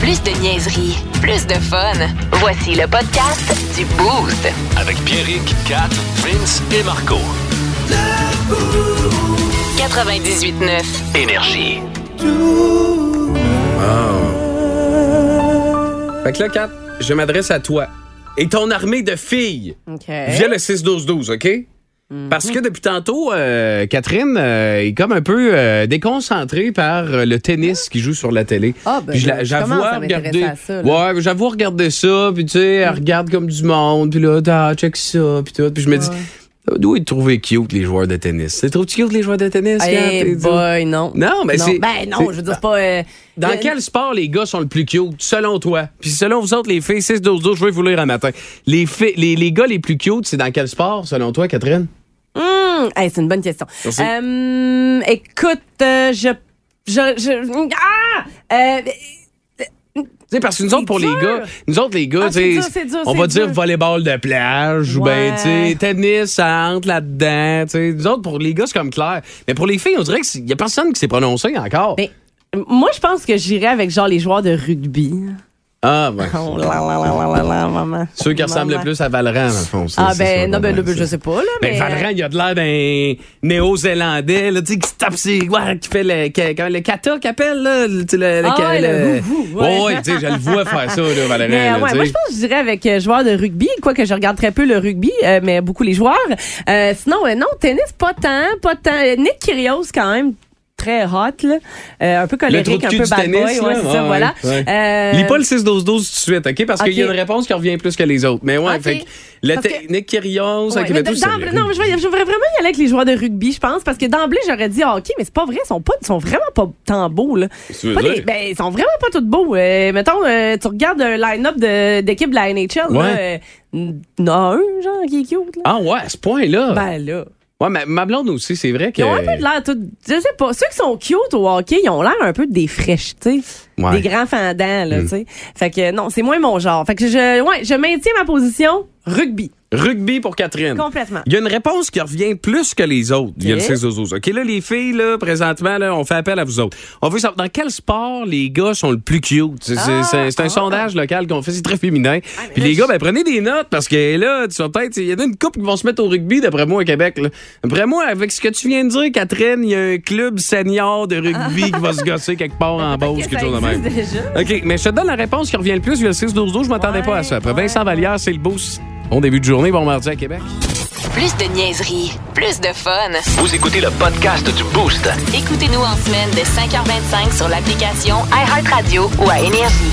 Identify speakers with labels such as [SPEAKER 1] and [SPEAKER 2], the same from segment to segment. [SPEAKER 1] Plus de niaiserie, plus de fun. Voici le podcast du Boost.
[SPEAKER 2] Avec Pierrick, Kat, Vince et Marco.
[SPEAKER 1] 98.9.
[SPEAKER 2] Énergie.
[SPEAKER 3] Fait que là, Kat, je m'adresse à toi et ton armée de filles
[SPEAKER 4] OK. Mhm.
[SPEAKER 3] via le 6-12-12, OK? Parce que depuis tantôt, euh, Catherine euh, est comme un peu euh, déconcentrée par euh, le tennis qui joue sur la télé.
[SPEAKER 4] Ah, ben,
[SPEAKER 3] Puis je la-
[SPEAKER 4] je commence
[SPEAKER 3] j'avoue
[SPEAKER 4] à m'intéresser
[SPEAKER 3] regarder.
[SPEAKER 4] à ça, là. Mhm.
[SPEAKER 3] ouais, j'avoue regarder ça, puis tu sais, elle regarde comme du monde, puis là, ah, check ça, puis tout. Puis je me dis, d'où ils trouvé cute les joueurs de tennis? Tu trouves cute les joueurs de tennis? Kat?
[SPEAKER 4] Hey
[SPEAKER 3] Et-
[SPEAKER 4] Eh, boy, non.
[SPEAKER 3] Non, mais c'est-
[SPEAKER 4] Ben non,
[SPEAKER 3] c'est-
[SPEAKER 4] je veux dire, c'est pas... euh,
[SPEAKER 3] Dans
[SPEAKER 4] le-
[SPEAKER 3] quel sport les gars sont le plus cute, selon toi? Puis selon vous autres, les filles, 6-12-12, je vais vous lire un matin. Les, filles- les, les gars les plus cute, c'est dans quel sport, selon toi, Catherine?
[SPEAKER 4] Hmm, hey, c'est une bonne question.
[SPEAKER 3] Merci.
[SPEAKER 4] Euh, écoute, euh, je... je, je ah! Euh,
[SPEAKER 3] Tu sais, parce que nous autres, pour
[SPEAKER 4] dur.
[SPEAKER 3] les gars, nous autres, les gars,
[SPEAKER 4] Ah, c'est
[SPEAKER 3] tu
[SPEAKER 4] dur,
[SPEAKER 3] sais,
[SPEAKER 4] c'est dur,
[SPEAKER 3] on
[SPEAKER 4] c'est
[SPEAKER 3] va
[SPEAKER 4] dur.
[SPEAKER 3] dire volleyball de plage ou
[SPEAKER 4] Ouais.
[SPEAKER 3] ben, tu sais, tennis, ça entre là-dedans. tu sais. Nous autres, pour les gars, c'est comme clair. Mais pour les filles, on dirait qu'il n'y a personne qui s'est prononcé encore.
[SPEAKER 4] ben, moi, je pense que j'irais avec genre les joueurs de rugby.
[SPEAKER 3] Ah, ouais.
[SPEAKER 4] Oh là là là là là là, maman.
[SPEAKER 3] Ceux qui ressemblent le
[SPEAKER 4] Maman.
[SPEAKER 3] plus à Valran, en fond. c'est-
[SPEAKER 4] Ah
[SPEAKER 3] c'est ça,
[SPEAKER 4] ben non, ben,
[SPEAKER 3] Valran,
[SPEAKER 4] le- je
[SPEAKER 3] c'est-
[SPEAKER 4] sais pas, là,
[SPEAKER 3] Ben,
[SPEAKER 4] mais... euh,
[SPEAKER 3] Valran, il a de l'air d'un néo-zélandais, là, tu sais, qui se tape ses. ouais, qui fait le. qui- Quand le kata qu'il appelle, là. Le, tu sais, le, le-
[SPEAKER 4] Ah ouais, le hou, hou, ouais.
[SPEAKER 3] Ouais, ouais, tu sais, je le vois faire ça, là, Valran.
[SPEAKER 4] Mais,
[SPEAKER 3] là,
[SPEAKER 4] ouais,
[SPEAKER 3] euh, tu
[SPEAKER 4] moi,
[SPEAKER 3] sais.
[SPEAKER 4] je pense que je dirais avec euh, joueurs de rugby, quoique je regarde très peu le rugby, euh, mais beaucoup les joueurs. Euh, sinon, euh, non, tennis, pas tant, pas tant. Euh, Nick Kyrgios, quand même, très hot, là. Euh, un peu
[SPEAKER 3] trou de
[SPEAKER 4] colérique, un
[SPEAKER 3] cul
[SPEAKER 4] peu
[SPEAKER 3] du
[SPEAKER 4] bad
[SPEAKER 3] tennis,
[SPEAKER 4] boy. ouais,
[SPEAKER 3] là.
[SPEAKER 4] c'est
[SPEAKER 3] Ouais,
[SPEAKER 4] ça,
[SPEAKER 3] ouais,
[SPEAKER 4] voilà.
[SPEAKER 3] ouais.
[SPEAKER 4] Euh,
[SPEAKER 3] Lis pas le 6-12-12 tout de suite, OK? Parce qu'il y a
[SPEAKER 4] OK.
[SPEAKER 3] une réponse qui revient plus que les autres. Mais ouais,
[SPEAKER 4] OK.
[SPEAKER 3] fait que le
[SPEAKER 4] Parce
[SPEAKER 3] te-
[SPEAKER 4] que-
[SPEAKER 3] Nick Kyrgios,
[SPEAKER 4] ouais,
[SPEAKER 3] avec
[SPEAKER 4] mais
[SPEAKER 3] le tout,
[SPEAKER 4] d'emblée-
[SPEAKER 3] ça, le-
[SPEAKER 4] non, mais je vais- je voudrais vraiment y aller avec les joueurs de rugby, je pense, parce que d'emblée, j'aurais dit ah, OK, mais c'est pas vrai, ils sont, pas, ils sont vraiment pas tant beaux. Là.
[SPEAKER 3] Qu'est-ce que tu veux
[SPEAKER 4] Pas
[SPEAKER 3] dire?
[SPEAKER 4] des- ben, ils sont vraiment pas tous beaux. Euh, mettons, euh, tu regardes un line-up de- d'équipe de la NHL, là,
[SPEAKER 3] Ouais.
[SPEAKER 4] euh, il y en a un, genre, qui est cute. Là.
[SPEAKER 3] Ah ouais, à ce point-là.
[SPEAKER 4] Ben là.
[SPEAKER 3] ouais, ma, ma blonde aussi, c'est vrai que.
[SPEAKER 4] Ils ont un peu de l'air tout. Je sais pas. Ceux qui sont cute au hockey, ils ont l'air un peu des fraîches, tu sais.
[SPEAKER 3] Ouais. Hmm.
[SPEAKER 4] Des grands fendants, là, tu sais. Fait que euh, non, c'est moins mon genre. Fait que je, ouais, je maintiens ma position rugby.
[SPEAKER 3] Rugby pour Catherine.
[SPEAKER 4] Complètement.
[SPEAKER 3] Il y a une réponse qui revient plus que les autres via le
[SPEAKER 4] Ok.
[SPEAKER 3] 6 12 OK, là, les filles, là, présentement, là, on fait appel à vous autres. On veut savoir dans quel sport les gars sont le plus cute. C'est, c'est-
[SPEAKER 4] Ah,
[SPEAKER 3] c'est- c'est un
[SPEAKER 4] ah.
[SPEAKER 3] sondage local qu'on fait, c'est très féminin. Puis
[SPEAKER 4] là,
[SPEAKER 3] les
[SPEAKER 4] je-
[SPEAKER 3] gars, ben, prenez des notes parce que là, tu vas peut-être. Il y en a une couple qui vont se mettre au rugby, d'après moi, à Québec. là. D'après moi, avec ce que tu viens de dire, Catherine, il y a un club senior de rugby qui va se gosser quelque part en Beauce,
[SPEAKER 4] que
[SPEAKER 3] quelque
[SPEAKER 4] ça
[SPEAKER 3] chose de même.
[SPEAKER 4] existe déjà.
[SPEAKER 3] OK, mais je te donne la réponse qui revient le plus via le 6 12 12 Je m'attendais
[SPEAKER 4] Ouais,
[SPEAKER 3] pas à ça. Après
[SPEAKER 4] ouais.
[SPEAKER 3] Vincent Vallière, c'est le boost. Bon début de journée, bon mardi à Québec.
[SPEAKER 1] Plus de niaiserie, plus de fun.
[SPEAKER 2] Vous écoutez le podcast du Boost.
[SPEAKER 1] Écoutez-nous en semaine de 5h25 sur l'application iHeartRadio ou à Énergie.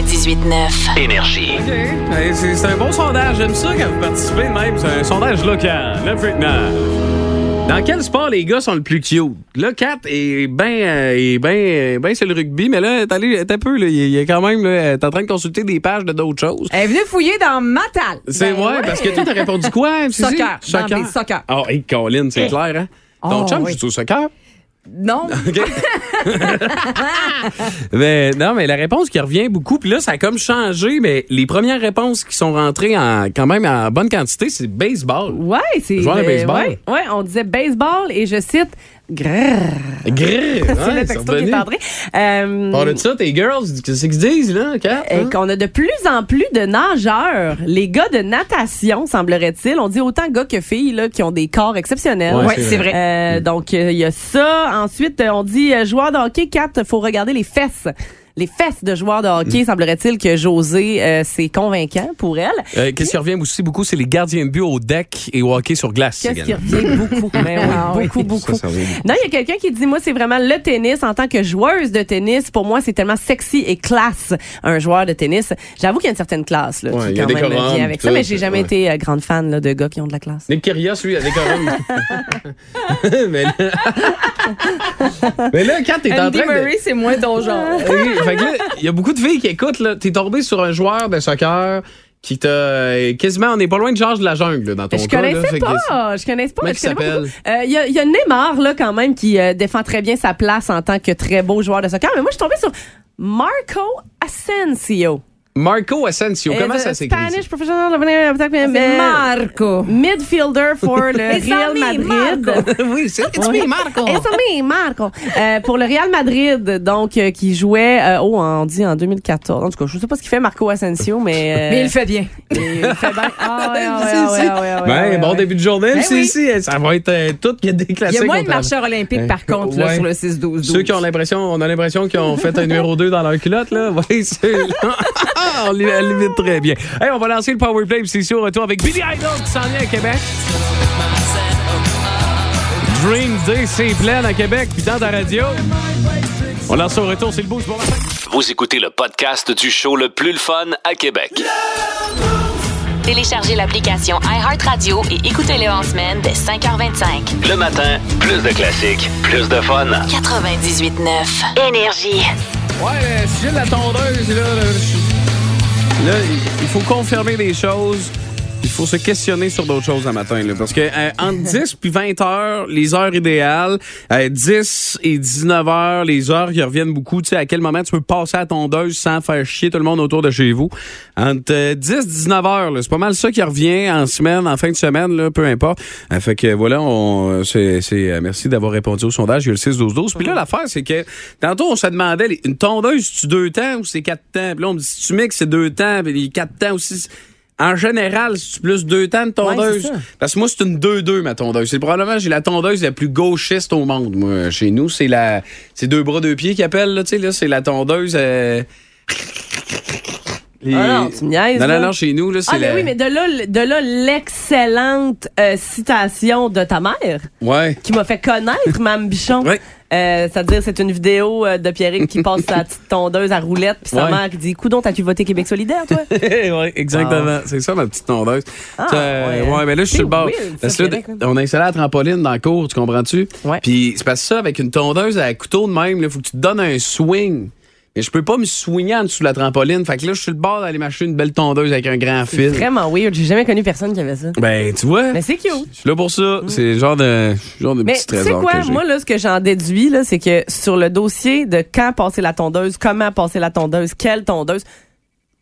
[SPEAKER 1] 98.9.
[SPEAKER 2] Énergie.
[SPEAKER 3] OK. Ben, C'est c'est un bon sondage. J'aime ça quand vous participez de même. C'est un sondage local. Là, maintenant. Dans quel sport les gars sont le plus cute? Là, Kat est bien ben, ben, c'est le rugby, mais là, t'as allé- t'as peu, là, il il y a quand même, là, t'es en train de consulter des pages de d'autres choses.
[SPEAKER 4] Elle est venue fouiller dans ma table.
[SPEAKER 3] C'est moi, parce que toi, t'as répondu quoi? MC?
[SPEAKER 4] ben Soccer. Dans mes soccer. Eh.
[SPEAKER 3] Ah, hey, Colin, c'est clair, hein? Ton
[SPEAKER 4] Oh,
[SPEAKER 3] chum,
[SPEAKER 4] oui.
[SPEAKER 3] joue au soccer?
[SPEAKER 4] Non.
[SPEAKER 3] OK. mais, non, mais la réponse qui revient beaucoup, puis là, ça a comme changé, mais les premières réponses qui sont rentrées en, quand même en bonne quantité, c'est baseball.
[SPEAKER 4] Ouais, c'est.
[SPEAKER 3] Joueur de
[SPEAKER 4] euh,
[SPEAKER 3] baseball?
[SPEAKER 4] Ouais, ouais, on disait baseball et je cite. Grrr.
[SPEAKER 3] Grrr!
[SPEAKER 4] C'est le texto qui est entré. Euh,
[SPEAKER 3] Parle de ça, tes girls, qu'est-ce qu'ils disent, là, Kat?
[SPEAKER 4] Et
[SPEAKER 3] hein?
[SPEAKER 4] qu'on a de plus en plus de nageurs. Les gars de natation, semblerait-il. On dit autant gars que filles là, qui ont des corps exceptionnels.
[SPEAKER 3] Ouais, Ouais, c'est c'est vrai.
[SPEAKER 4] Euh, donc, euh, il y a ça. Ensuite, euh, on dit euh, joueur de hockey, 4, faut regarder les fesses. Les fesses de joueurs de
[SPEAKER 3] Mm.
[SPEAKER 4] hockey, semblerait-il que José, euh, c'est convaincant pour elle.
[SPEAKER 3] Euh, qu'est-ce qui revient aussi beaucoup, c'est les gardiens de but au deck et au hockey sur glace.
[SPEAKER 4] Qu'est-ce qui
[SPEAKER 3] également.
[SPEAKER 4] revient beaucoup? Ben oui,
[SPEAKER 5] Ah oui.
[SPEAKER 4] beaucoup, beaucoup.
[SPEAKER 3] Ça, ça revient.
[SPEAKER 4] Non, il y a quelqu'un qui dit, moi, c'est vraiment le tennis. En tant que joueuse de tennis, pour moi, c'est tellement sexy et classe, un joueur de tennis. J'avoue qu'il y a une certaine classe, là,
[SPEAKER 3] Ouais, il
[SPEAKER 4] qui
[SPEAKER 3] y a
[SPEAKER 4] quand
[SPEAKER 3] des
[SPEAKER 4] même
[SPEAKER 3] corons,
[SPEAKER 4] vient avec
[SPEAKER 3] tout
[SPEAKER 4] ça. Mais
[SPEAKER 3] ça,
[SPEAKER 4] j'ai jamais
[SPEAKER 3] ouais.
[SPEAKER 4] été euh, grande fan là, de gars qui ont de la classe.
[SPEAKER 3] Nick Kyrgios, lui, avec un homme. mais, là... mais là, Kat, t'es en
[SPEAKER 5] Andy
[SPEAKER 3] train de...
[SPEAKER 5] Murray, c'est moins ton genre.
[SPEAKER 4] Ah!
[SPEAKER 3] Ok, Eh fait que là, il y a beaucoup de filles qui écoutent. Là, t'es tombé sur un joueur de soccer qui t'a euh, quasiment, on est pas loin de Georges de la jungle là, dans ton
[SPEAKER 4] Je
[SPEAKER 3] cas. là,
[SPEAKER 4] connaissais
[SPEAKER 3] fait que-
[SPEAKER 4] pas, je connaissais pas,
[SPEAKER 3] Comment
[SPEAKER 4] je
[SPEAKER 3] il
[SPEAKER 4] connais pas.
[SPEAKER 3] s'appelle?
[SPEAKER 4] beaucoup. Euh, Il y, a- il y a Neymar là quand même qui euh, défend très bien sa place en tant que très beau joueur de soccer. Mais moi, je suis tombée sur Marco Asensio.
[SPEAKER 3] Marco Asensio, comment
[SPEAKER 4] Euh,
[SPEAKER 3] ça
[SPEAKER 4] the
[SPEAKER 3] s'écrit? ça?
[SPEAKER 4] Spanish professional of attack, mais- mais-
[SPEAKER 5] Marco.
[SPEAKER 4] Eh, midfielder for le
[SPEAKER 5] It's
[SPEAKER 4] Real
[SPEAKER 5] me,
[SPEAKER 4] Madrid.
[SPEAKER 5] Marco.
[SPEAKER 3] oui, c'est it's
[SPEAKER 4] Ouais.
[SPEAKER 3] me, Marco.
[SPEAKER 4] It's me, Marco. Euh, pour le Real Madrid, donc, euh, qui jouait, euh, oh, on dit en 2014. En tout cas, je sais pas ce qu'il fait Marco Asensio, mais. euh,
[SPEAKER 5] Mais il le fait bien.
[SPEAKER 4] il fait bien. Ah, ouais, ouais,
[SPEAKER 3] Si, si.
[SPEAKER 4] ouais, ouais, ouais, ouais,
[SPEAKER 3] Ben,
[SPEAKER 4] ouais,
[SPEAKER 3] bon
[SPEAKER 4] ouais.
[SPEAKER 3] début de journée,
[SPEAKER 5] Ben
[SPEAKER 3] si,
[SPEAKER 5] oui.
[SPEAKER 3] si, ça va être euh, tout. Il y a des
[SPEAKER 5] Il y
[SPEAKER 3] classiques.
[SPEAKER 5] a moins de
[SPEAKER 3] au travail.
[SPEAKER 5] marcheurs olympiques, par contre, là,
[SPEAKER 3] Ouais.
[SPEAKER 5] sur le 6-12.
[SPEAKER 3] Ceux qui ont l'impression, on a l'impression qu'ils ont fait un numéro 2 dans leur culotte, là. Oui, ceux-là. Ah, on les- on les vide très bien. Hey, on va lancer le Power Play, puis c'est sûr, retour avec Billy Idol qui s'en vient à Québec. Dream Day, c'est plein à Québec, puis dans ta radio. On lance au retour, c'est le boost. Bon matin.
[SPEAKER 2] Vous écoutez le podcast du show le plus le fun à Québec.
[SPEAKER 1] Téléchargez l'application iHeartRadio et écoutez-le en semaine dès 5h25.
[SPEAKER 2] Le matin, plus de classiques, plus de fun.
[SPEAKER 1] 98.9. Énergie.
[SPEAKER 3] Ouais, le sujet de la tondeuse, là, là, je- là, il faut confirmer des choses. Il faut se questionner sur d'autres choses le matin. Là, parce que euh, entre 10 puis 20 heures, les heures idéales, euh, 10 et 19 heures, les heures qui reviennent beaucoup. Tu sais, à quel moment tu peux passer à la tondeuse sans faire chier tout le monde autour de chez vous. Entre euh, 10 19 heures, là, c'est pas mal ça qui revient en semaine, en fin de semaine, là, peu importe. Euh, fait que voilà, on, c'est, c'est, euh, merci d'avoir répondu au sondage. Il y a le 6-12-12. Puis là, l'affaire, c'est que tantôt, on se demandait, les- une tondeuse, tu deux temps ou c'est quatre temps? Puis là, on me dit, si tu mixes, c'est deux temps, puis les quatre temps aussi. c'est- En général, c'est plus deux temps de tondeuse.
[SPEAKER 4] c'est ça.
[SPEAKER 3] Parce que moi, c'est une 2-2, ma tondeuse. C'est probablement, j'ai la tondeuse la plus gauchiste au monde, moi, chez nous. C'est la, c'est deux bras, deux pieds qui appellent, là, tu sais, là, c'est la tondeuse, euh, les-
[SPEAKER 4] Ah non, tu me niaises,
[SPEAKER 3] Non, non,
[SPEAKER 4] là.
[SPEAKER 3] non, chez nous, là, c'est
[SPEAKER 4] Ah, mais
[SPEAKER 3] la-
[SPEAKER 4] oui, mais de là, le- de là l'excellente euh, citation de ta mère
[SPEAKER 3] Ouais.
[SPEAKER 4] qui m'a fait connaître Mme Bichon.
[SPEAKER 3] Ouais.
[SPEAKER 4] Euh, C'est-à-dire, c'est une vidéo euh, de Pierrick qui passe sa petite tondeuse à roulette, puis sa
[SPEAKER 3] Ouais.
[SPEAKER 4] mère qui dit Coudon, t'as-tu voté Québec solidaire, toi
[SPEAKER 3] ouais, exactement. Ah. C'est ça, ma petite tondeuse.
[SPEAKER 4] Ah,
[SPEAKER 3] Ça, euh,
[SPEAKER 4] ouais.
[SPEAKER 3] ouais, mais là, je suis
[SPEAKER 4] C'est
[SPEAKER 3] sur le bord.
[SPEAKER 4] weird,
[SPEAKER 3] Parce
[SPEAKER 4] ça,
[SPEAKER 3] que là,
[SPEAKER 4] Québec, hein.
[SPEAKER 3] on a installé la trampoline dans le cours, tu comprends-tu?
[SPEAKER 4] Ouais.
[SPEAKER 3] Puis c'est parce que ça, avec une tondeuse à couteau de même, il faut que tu te donnes un swing. Mais je peux pas me swinguer en dessous de la trampoline. Fait que là, je suis sur le bord d'aller m'acheter une belle tondeuse avec un grand
[SPEAKER 4] C'est
[SPEAKER 3] fil.
[SPEAKER 4] vraiment weird. J'ai jamais connu personne qui avait ça.
[SPEAKER 3] Ben, tu vois,
[SPEAKER 4] Mais c'est cute.
[SPEAKER 3] je suis là pour ça. C'est le genre de, genre de
[SPEAKER 4] Mais
[SPEAKER 3] petit
[SPEAKER 4] tu sais
[SPEAKER 3] trésor
[SPEAKER 4] quoi,
[SPEAKER 3] que j'ai.
[SPEAKER 4] moi là, ce que j'en déduis là, c'est que sur le dossier de quand passer la tondeuse, comment passer la tondeuse, quelle tondeuse,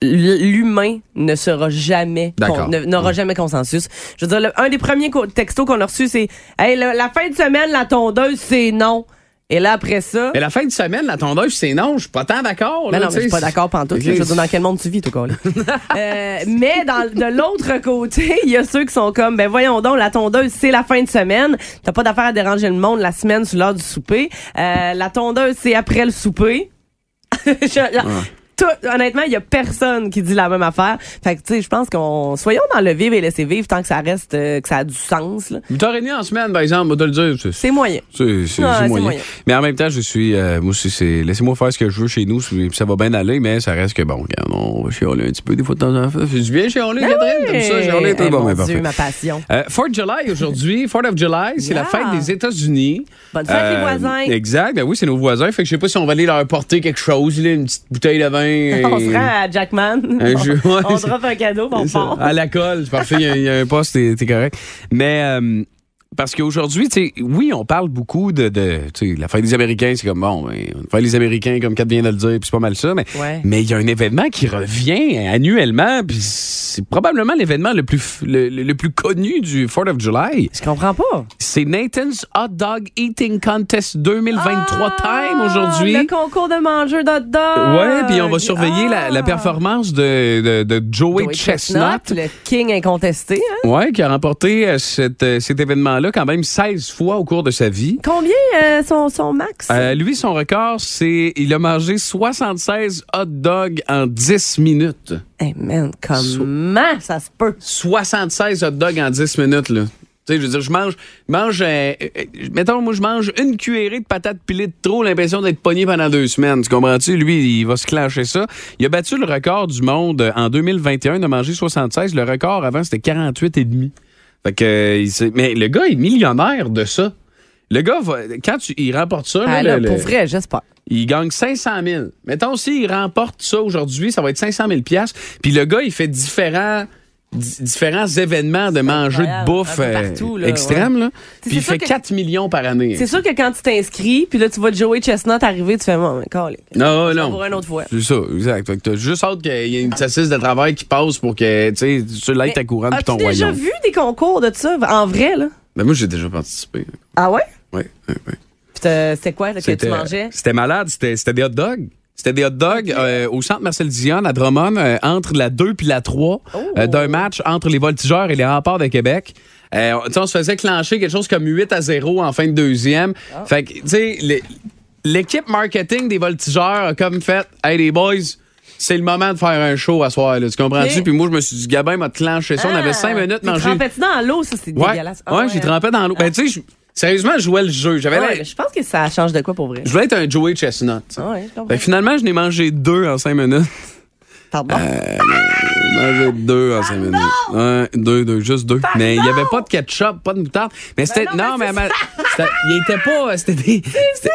[SPEAKER 4] l- l'humain ne sera jamais,
[SPEAKER 3] D'accord. Mm.
[SPEAKER 4] con- ne- n'aura jamais consensus. Je veux dire, le- un des premiers co- textos qu'on a reçus, c'est, hey, le- la fin de semaine, la tondeuse, c'est non. Et là après ça,
[SPEAKER 3] Mais la fin de semaine, la tondeuse, c'est non, je suis pas tant d'accord.
[SPEAKER 4] mais
[SPEAKER 3] là,
[SPEAKER 4] Ben non, mais je suis
[SPEAKER 3] tu sais.
[SPEAKER 4] pas d'accord pantoute.
[SPEAKER 3] Ok.
[SPEAKER 4] là. Je veux dire, dans quel monde tu vis, tout cas. là. Euh, mais dans, de l'autre côté, il y a ceux qui sont comme, ben voyons donc, la tondeuse, c'est la fin de semaine. T'as pas d'affaire à déranger le monde la semaine sur l'heure du souper. Euh, la tondeuse, c'est après le souper. Je- la- tout- honnêtement, il y a personne qui dit la même affaire. Fait que, tu sais, je pense qu'on... Soyons dans le vivre et laisser vivre tant que ça reste... euh, que ça a du sens, là.
[SPEAKER 3] 8h30 en semaine, par exemple, on va te le dire. c'est-
[SPEAKER 4] C'est moyen.
[SPEAKER 3] C'est c'est-
[SPEAKER 4] Ouais,
[SPEAKER 3] c'est
[SPEAKER 4] c'est
[SPEAKER 3] moyen.
[SPEAKER 4] moyen.
[SPEAKER 3] Mais en même temps, je suis. euh, moi, c'est- c'est. Laissez-moi faire ce que je veux chez nous, puis ça va bien aller, mais ça reste que, bon, regarde, on va chialer un petit peu des fois de temps en temps. Fais du bien chialer, Catherine, comme ça, chialer, tout
[SPEAKER 4] Ben Eh,
[SPEAKER 3] bon,
[SPEAKER 4] mon
[SPEAKER 3] mais
[SPEAKER 4] Dieu,
[SPEAKER 3] parfait.
[SPEAKER 4] ma passion.
[SPEAKER 3] Euh, 4 July aujourd'hui, 4 of July, c'est la
[SPEAKER 4] Yeah.
[SPEAKER 3] fête des États-Unis. Euh,
[SPEAKER 4] Bonne fête, les voisins.
[SPEAKER 3] Exact, ben oui, c'est nos voisins. Fait que je sais pas si on va aller leur porter quelque chose, là, une petite bouteille de vin.
[SPEAKER 4] On
[SPEAKER 3] et-
[SPEAKER 4] se rend à Jackman.
[SPEAKER 3] Un jeu, ouais,
[SPEAKER 4] on
[SPEAKER 3] c'est-
[SPEAKER 4] drop un cadeau, bon, on
[SPEAKER 3] C'est ça.
[SPEAKER 4] part.
[SPEAKER 3] À la colle, c'est parfait, il y a- il y, a un poste, t'es t'es correct. Mais euh, parce qu'aujourd'hui, tu sais, oui, on parle beaucoup de, de tu sais, la fête des Américains, c'est comme bon, ben, on fait les Américains, comme Kat vient de le dire, puis c'est pas mal ça, mais
[SPEAKER 4] Ouais.
[SPEAKER 3] mais il y a un événement qui revient annuellement, puis c'est probablement l'événement le plus f- le, le- le plus connu du 4th of July.
[SPEAKER 4] Je comprends pas.
[SPEAKER 3] C'est Nathan's Hot Dog Eating Contest 2023 time aujourd'hui.
[SPEAKER 4] Ah! Le concours de mangeurs d'hot dog.
[SPEAKER 3] Ouais, puis on va surveiller la, la performance de, de, de Joey,
[SPEAKER 4] Ah! Joey
[SPEAKER 3] Chestnut.
[SPEAKER 4] Le king incontesté. hein.
[SPEAKER 3] Ouais, qui a remporté euh, cet, euh, cet événement-là quand même 16 fois au cours de sa vie.
[SPEAKER 4] Combien euh, son, son max?
[SPEAKER 3] Euh, lui, son record, c'est il a mangé 76 hot dogs en 10 minutes.
[SPEAKER 4] Hey man, comment ça se peut?
[SPEAKER 3] 76 hot dogs en 10 minutes, là. Tu sais, je veux dire, je mange, mange euh, euh, mettons, moi, je mange une cuillerée de patates pilées de trop, l'impression d'être pogné pendant deux semaines. Tu comprends-tu? Lui, il va se clencher ça. Il a battu le record du monde euh, en 2021 de manger 76. Le record avant, c'était 48 et demi. Fait que, euh, il s'est- mais le gars est millionnaire de ça. Le gars, va- quand tu- il remporte ça, là,
[SPEAKER 4] Ah, là,
[SPEAKER 3] le-
[SPEAKER 4] pour
[SPEAKER 3] le-
[SPEAKER 4] vrai, j'espère.
[SPEAKER 3] il gagne 500 000. Mettons, s'il remporte ça aujourd'hui, ça va être 500 000 piastres. Puis le gars, il fait différents di- différents événements de manger de
[SPEAKER 4] incroyable.
[SPEAKER 3] bouffe
[SPEAKER 4] Un peu
[SPEAKER 3] euh,
[SPEAKER 4] partout, là,
[SPEAKER 3] extrême. Là.
[SPEAKER 4] C'est
[SPEAKER 3] Puis il
[SPEAKER 4] sûr
[SPEAKER 3] fait
[SPEAKER 4] que-
[SPEAKER 3] 4 millions par année.
[SPEAKER 4] C'est sûr que quand tu t'inscris, puis là, tu vois Joey Chestnut arriver, tu fais, mon, calé.
[SPEAKER 3] Non, non.
[SPEAKER 4] Pour une autre fois.
[SPEAKER 3] C'est ça, exact. Fait que t'as juste hâte qu'il y ait une saucisse de travail qui passe pour que tu sais, tu l'aies ta couronne puis
[SPEAKER 4] As-tu
[SPEAKER 3] ton
[SPEAKER 4] déjà
[SPEAKER 3] royaume.
[SPEAKER 4] vu des concours de ça, en vrai, là?
[SPEAKER 3] Ben, moi, j'ai déjà participé.
[SPEAKER 4] Ah ouais?
[SPEAKER 3] Oui, oui, oui.
[SPEAKER 4] Puis t'as- c'était quoi là, que tu mangeais?
[SPEAKER 3] C'était malade, c'était c'était des hot dogs. C'était des hot dogs euh, au centre Marcel Dion à Drummond euh, entre la 2 puis la 3
[SPEAKER 4] Oh.
[SPEAKER 3] euh, d'un match entre les voltigeurs et les remparts de Québec. Euh, tu sais, on se faisait clencher quelque chose comme 8 à 0 en fin de deuxième.
[SPEAKER 4] Ah.
[SPEAKER 3] Fait que, tu sais, les- l'équipe marketing des voltigeurs a comme fait Hey les boys, c'est le moment de faire un show à soir. là. tu comprends-tu?
[SPEAKER 4] Ok. Ah.
[SPEAKER 3] Puis moi, je me suis dit, Gabin m'a clenché ça. on avait 5 minutes,
[SPEAKER 4] Tu
[SPEAKER 3] manger.
[SPEAKER 4] trempais dans l'eau, ça, c'est
[SPEAKER 3] Ouais,
[SPEAKER 4] dégueulasse. Ah
[SPEAKER 3] ouais, j'ai trempé Ben dans l'eau. Ben, tu sais, je- sérieusement, je jouais le jeu. J'avais
[SPEAKER 4] Ouais,
[SPEAKER 3] l'air-
[SPEAKER 4] mais je pense que ça change de quoi pour vrai?
[SPEAKER 3] je voulais être un Joey Chestnut. tu sais.
[SPEAKER 4] Ouais, je comprends.
[SPEAKER 3] Fait que finalement, je n'ai mangé deux en cinq minutes.
[SPEAKER 4] Pardon.
[SPEAKER 3] Euh, J'ai mangé deux en cinq minutes. Un, deux, deux, juste deux. Mais il n'y avait pas de ketchup, pas de moutarde. Mais c'était.
[SPEAKER 4] non,
[SPEAKER 3] Ben non,
[SPEAKER 4] mais
[SPEAKER 3] mais. ma- c'était- Il était pas. euh, C'était des. C'était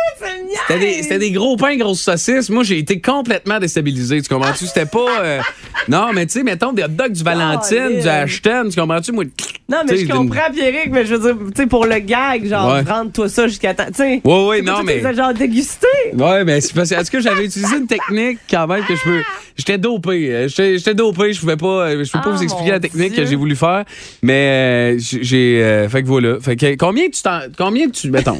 [SPEAKER 3] c'était des, c'était des gros pains, grosses saucisses. Moi, j'ai été complètement déstabilisé. Tu comprends-tu? C'était pas. euh, non, mais tu sais, mettons des hot dogs du Valentine,
[SPEAKER 4] Colin.
[SPEAKER 3] du Ashton. Tu comprends-tu? Moi,
[SPEAKER 4] non,
[SPEAKER 3] tu
[SPEAKER 4] mais
[SPEAKER 3] sais,
[SPEAKER 4] je
[SPEAKER 3] d'une-
[SPEAKER 4] comprends, Pierrick, mais je veux dire, tu sais, pour le gag, genre,
[SPEAKER 3] Ouais.
[SPEAKER 4] rentre-toi ça jusqu'à temps. Tu sais.
[SPEAKER 3] Ouais, ouais,
[SPEAKER 4] Tu sais,
[SPEAKER 3] non,
[SPEAKER 4] tu
[SPEAKER 3] mais-
[SPEAKER 4] les as genre dégusté.
[SPEAKER 3] Ouais, mais c'est parce que, est-ce que j'avais utilisé une technique quand même que je peux. J'étais dopé. euh, J'étais j'étais dopé. Je pouvais pas. euh, Je peux pas
[SPEAKER 4] Ah,
[SPEAKER 3] vous expliquer la
[SPEAKER 4] mon
[SPEAKER 3] technique
[SPEAKER 4] Dieu.
[SPEAKER 3] que j'ai voulu faire. Mais euh, j- j'ai. euh, fait que voilà. Fait que combien tu t'en. Combien tu. Mettons.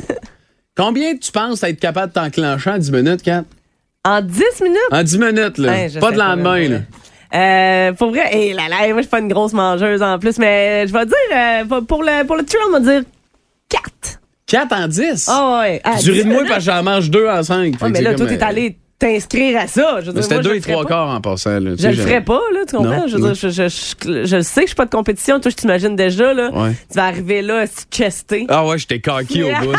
[SPEAKER 3] combien tu penses être capable de t'enclencher en 10 minutes, Kat?
[SPEAKER 4] En 10 minutes.
[SPEAKER 3] En 10 minutes, là.
[SPEAKER 4] Ouais, je
[SPEAKER 3] Ah, euh, pas
[SPEAKER 4] sais
[SPEAKER 3] de lendemain,
[SPEAKER 4] même
[SPEAKER 3] là.
[SPEAKER 4] pas. Euh, pour vrai, hé là là, moi je suis pas une grosse mangeuse en plus, mais je vais dire, euh, pour- pour le, pour le thrill, on va dire 4.
[SPEAKER 3] 4 en 10?
[SPEAKER 4] Ah ouais. Ah,
[SPEAKER 3] Tu ris de moi
[SPEAKER 4] dix-
[SPEAKER 3] parce que j'en mange 2 en 5.
[SPEAKER 4] Ouais, mais là, toi, t'es allé t'inscrire à ça. Je veux dire,
[SPEAKER 3] euh, C'était
[SPEAKER 4] moi, je
[SPEAKER 3] 2
[SPEAKER 4] le
[SPEAKER 3] et
[SPEAKER 4] ferais
[SPEAKER 3] 3
[SPEAKER 4] pas.
[SPEAKER 3] quarts en passant, là. Tu
[SPEAKER 4] Je
[SPEAKER 3] sais,
[SPEAKER 4] le ferais pas, là, tu comprends?
[SPEAKER 3] Non,
[SPEAKER 4] je veux
[SPEAKER 3] non.
[SPEAKER 4] dire, je, je, je, je le sais que je suis pas de compétition. Toi, je t'imagine déjà, là.
[SPEAKER 3] Ouais.
[SPEAKER 4] Tu vas arriver là, si tu chesté.
[SPEAKER 3] Ah ouais, j'étais coquille au bout.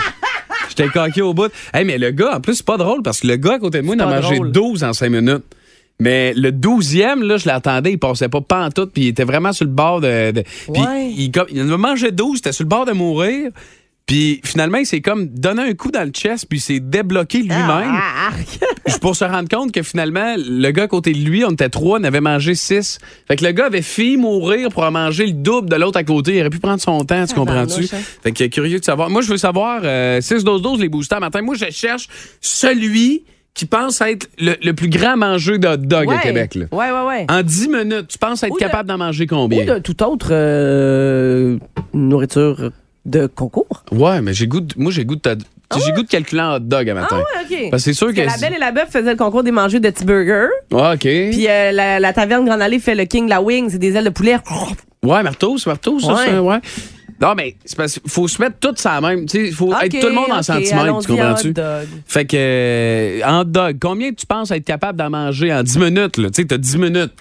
[SPEAKER 3] J'étais coquille au bout. Hey, mais le gars, en plus, c'est pas drôle parce que le gars à côté de moi, il en a
[SPEAKER 4] pas
[SPEAKER 3] mangé
[SPEAKER 4] drôle.
[SPEAKER 3] 12 en 5 minutes. Mais le 12e, là, je l'attendais, il passait pas pantoute, puis il était vraiment sur le bord de. de- puis
[SPEAKER 4] Ouais.
[SPEAKER 3] il, comme- il en a mangé 12, c'était sur le bord de mourir. Puis finalement, il s'est comme donné un coup dans le chest, puis il s'est débloqué lui-même.
[SPEAKER 4] Ah,
[SPEAKER 3] Juste pour se rendre compte que finalement, le gars à côté de lui, on était trois, on avait mangé six. Fait que le gars avait fini mourir pour en manger le double de l'autre à côté. Il aurait pu prendre son temps, tu comprends-tu?
[SPEAKER 4] barnouche, hein.
[SPEAKER 3] Fait que curieux de savoir. Moi, je veux savoir, euh, 6-12-12, les boosters matin. Moi, je cherche celui qui pense être le, le plus grand mangeur de hot dog à
[SPEAKER 4] ouais.
[SPEAKER 3] Québec. là. Ah,
[SPEAKER 4] Ouais, ouais, ouais.
[SPEAKER 3] En 10 minutes, tu penses être
[SPEAKER 4] Ou de-
[SPEAKER 3] capable d'en manger combien?
[SPEAKER 4] Ou de toute autre euh, nourriture de concours.
[SPEAKER 3] Ouais, mais j'ai goût de- moi, j'ai goût de, ta-
[SPEAKER 4] Ah
[SPEAKER 3] j'ai goût de calculer en hot dog à matin.
[SPEAKER 4] OK.
[SPEAKER 3] Parce que c'est sûr que...
[SPEAKER 4] la Belle et la Bœuf faisaient le concours des mangeurs de T-Burger.
[SPEAKER 3] Ouais, OK.
[SPEAKER 4] Puis euh, la, la taverne Grande Allée fait le King La Wing, c'est des ailes de poulet.
[SPEAKER 3] Ouais, marteau, c'est marteau, ça,
[SPEAKER 4] Ouais.
[SPEAKER 3] ça, ouais. Non, mais c'est parce qu'il faut se mettre tout ça même. Tu sais, il faut
[SPEAKER 4] Ok,
[SPEAKER 3] être tout le monde en
[SPEAKER 4] ok,
[SPEAKER 3] centimètres, tu
[SPEAKER 4] allons-y en
[SPEAKER 3] comprends-tu?
[SPEAKER 4] hot dog.
[SPEAKER 3] Fait que, euh, en dog, combien tu penses être capable d'en manger en 10 minutes, là? Tu sais, t'as 10 minutes.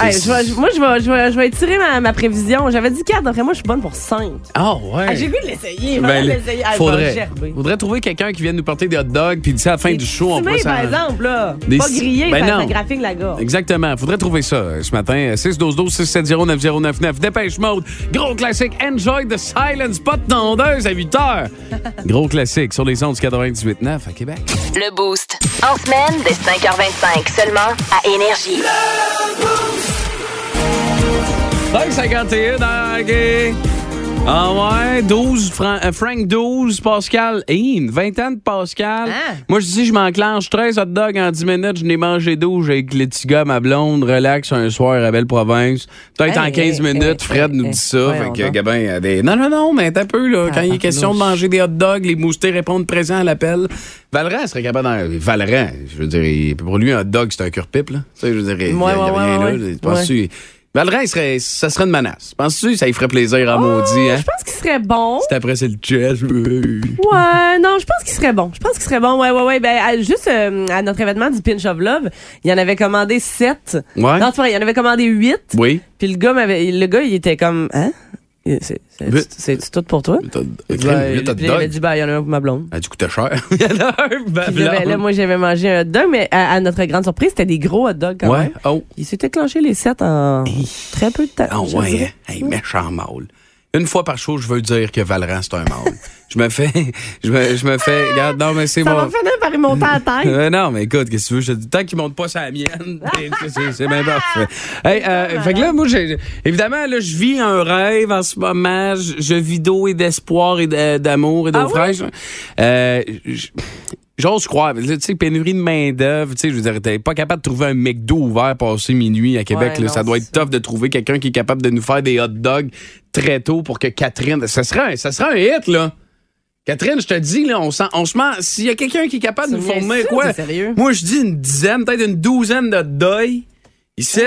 [SPEAKER 4] Hey, je vais- je- moi, je vais, je vais, je vais étirer ma, ma prévision. J'avais dit 4, d'après moi, je suis bonne pour 5.
[SPEAKER 3] Ah,
[SPEAKER 4] Ah, J'ai
[SPEAKER 3] ouais.
[SPEAKER 4] goût de l'essayer.
[SPEAKER 3] Ben,
[SPEAKER 4] vraiment de l'essayer. Ah, elle va
[SPEAKER 3] faudrait,
[SPEAKER 4] gerber.
[SPEAKER 3] faudrait trouver quelqu'un qui vienne nous porter des hot dogs, puis d'ici à la fin du show, on
[SPEAKER 4] Des
[SPEAKER 3] pourrait
[SPEAKER 4] petits mets,
[SPEAKER 3] s'en...
[SPEAKER 4] par exemple, là.
[SPEAKER 3] Des
[SPEAKER 4] Pas
[SPEAKER 3] petits-
[SPEAKER 4] grillé,
[SPEAKER 3] Ben
[SPEAKER 4] ça,
[SPEAKER 3] non.
[SPEAKER 4] ça graphique la gorge.
[SPEAKER 3] Exactement. Faudrait trouver ça euh, ce matin. Euh, 612-12-670-9099. Dépêche mode. Gros classique. Enjoy the silence. Pas de tondeuse à 8 heures. Gros classique sur les ondes du 98.9 à Québec.
[SPEAKER 1] Le Boost. En semaine, dès 5h25, seulement à Énergie.
[SPEAKER 3] 5,51 ah, OK. Ah ouais, 12, Fran- euh, Frank 12, Pascal, hey, une vingtaine de Pascal.
[SPEAKER 4] Hein?
[SPEAKER 3] Moi, je dis, je m'enclenche 13 hot dogs en 10 minutes, je n'ai mangé 12 avec les petits gars, ma blonde, relax un soir à Belle-Province. Peut-être
[SPEAKER 4] Hey,
[SPEAKER 3] en 15
[SPEAKER 4] hey,
[SPEAKER 3] minutes,
[SPEAKER 4] hey,
[SPEAKER 3] Fred
[SPEAKER 4] hey,
[SPEAKER 3] nous
[SPEAKER 4] hey.
[SPEAKER 3] dit ça. Fait
[SPEAKER 4] Voyons
[SPEAKER 3] que,
[SPEAKER 4] donc. Ah,
[SPEAKER 3] Gabin, il y a des... Non, non, non, mais t'as peu, là. Quand il est question de
[SPEAKER 4] Tabarnouche.
[SPEAKER 3] manger des hot dogs, les moustés répondent présents à l'appel. Valran serait capable d'en... Valran, je veux dire, il- pour lui, un hot dog, c'est un cure-pipe, là. Tu sais, je veux dire, il y a-
[SPEAKER 4] Ouais,
[SPEAKER 3] il y a
[SPEAKER 4] ouais,
[SPEAKER 3] rien
[SPEAKER 4] ouais,
[SPEAKER 3] là.
[SPEAKER 4] ouais.
[SPEAKER 3] Penses-tu, tu- Valerain, il serait, ça serait une menace. Penses-tu que ça lui ferait plaisir à maudit, hein?
[SPEAKER 4] Oh, Je pense qu'il serait bon.
[SPEAKER 3] C'est après, c'est le chess.
[SPEAKER 4] Ouais, non, je pense qu'il serait bon. Je pense qu'il serait bon. Ouais, ouais, ouais. Ben, à- juste euh, à notre événement du Pinch of Love, il y en avait commandé 7.
[SPEAKER 3] Ouais.
[SPEAKER 4] Non, c'est pas vrai, il y en avait commandé 8.
[SPEAKER 3] Oui.
[SPEAKER 4] Puis le gars, m'avait- le gars, il était comme, hein? Il- c'est-
[SPEAKER 3] Mais-
[SPEAKER 4] c'est- C'est tout pour toi?
[SPEAKER 3] T'as-
[SPEAKER 4] Ben,
[SPEAKER 3] T'as
[SPEAKER 4] puis il avait dit, ben, il y en a un pour ma blonde.
[SPEAKER 3] Elle a dû coûter cher. Il y en a un, ma
[SPEAKER 4] Puis là, ben,
[SPEAKER 3] blonde.
[SPEAKER 4] là, moi, j'avais mangé un hot dog, mais à, à notre grande surprise, c'était des gros hot dogs quand
[SPEAKER 3] Ouais.
[SPEAKER 4] même.
[SPEAKER 3] Oh.
[SPEAKER 4] Il s'est déclenché les 7 en très peu de temps.
[SPEAKER 3] Ah
[SPEAKER 4] je
[SPEAKER 3] ouais.
[SPEAKER 4] dirais.
[SPEAKER 3] hein? Hey, méchant mâle. une fois par show, je veux dire que Valran, c'est un mâle. je me fais, je me, je me fais, regarde, non, mais c'est
[SPEAKER 4] Ça
[SPEAKER 3] moi.
[SPEAKER 4] va finir par y monter à la tête.
[SPEAKER 3] Euh, non, mais écoute, qu'est-ce que tu veux? Je te dis, tant qu'il monte pas sa mienne, c'est- c'est- c'est bien parfait. Hey, euh, fait que là, moi, j'ai- évidemment, là, je vis un rêve en ce moment. Je, je vis d'eau et d'espoir et de- d'amour
[SPEAKER 4] Ah
[SPEAKER 3] et d'eau fraîche. Euh, je- J'ose croire, Là, tu sais, pénurie de main-d'œuvre, tu sais, je veux dire, t'es pas capable de trouver un McDo ouvert passé minuit à Québec,
[SPEAKER 4] Ouais,
[SPEAKER 3] là.
[SPEAKER 4] non,
[SPEAKER 3] ça doit être
[SPEAKER 4] c'est
[SPEAKER 3] tough de trouver quelqu'un qui est capable de nous faire des hot dogs très tôt pour que Catherine, ça serait un, ça serait un hit, là. Catherine, je te dis, là, on, s'en- on se ment. S'il y a quelqu'un qui est capable de nous
[SPEAKER 4] C'est bien
[SPEAKER 3] fournir
[SPEAKER 4] sûr,
[SPEAKER 3] quoi?
[SPEAKER 4] c'est sérieux.
[SPEAKER 3] Moi, je dis une dizaine, peut-être une douzaine de deuils. Ici,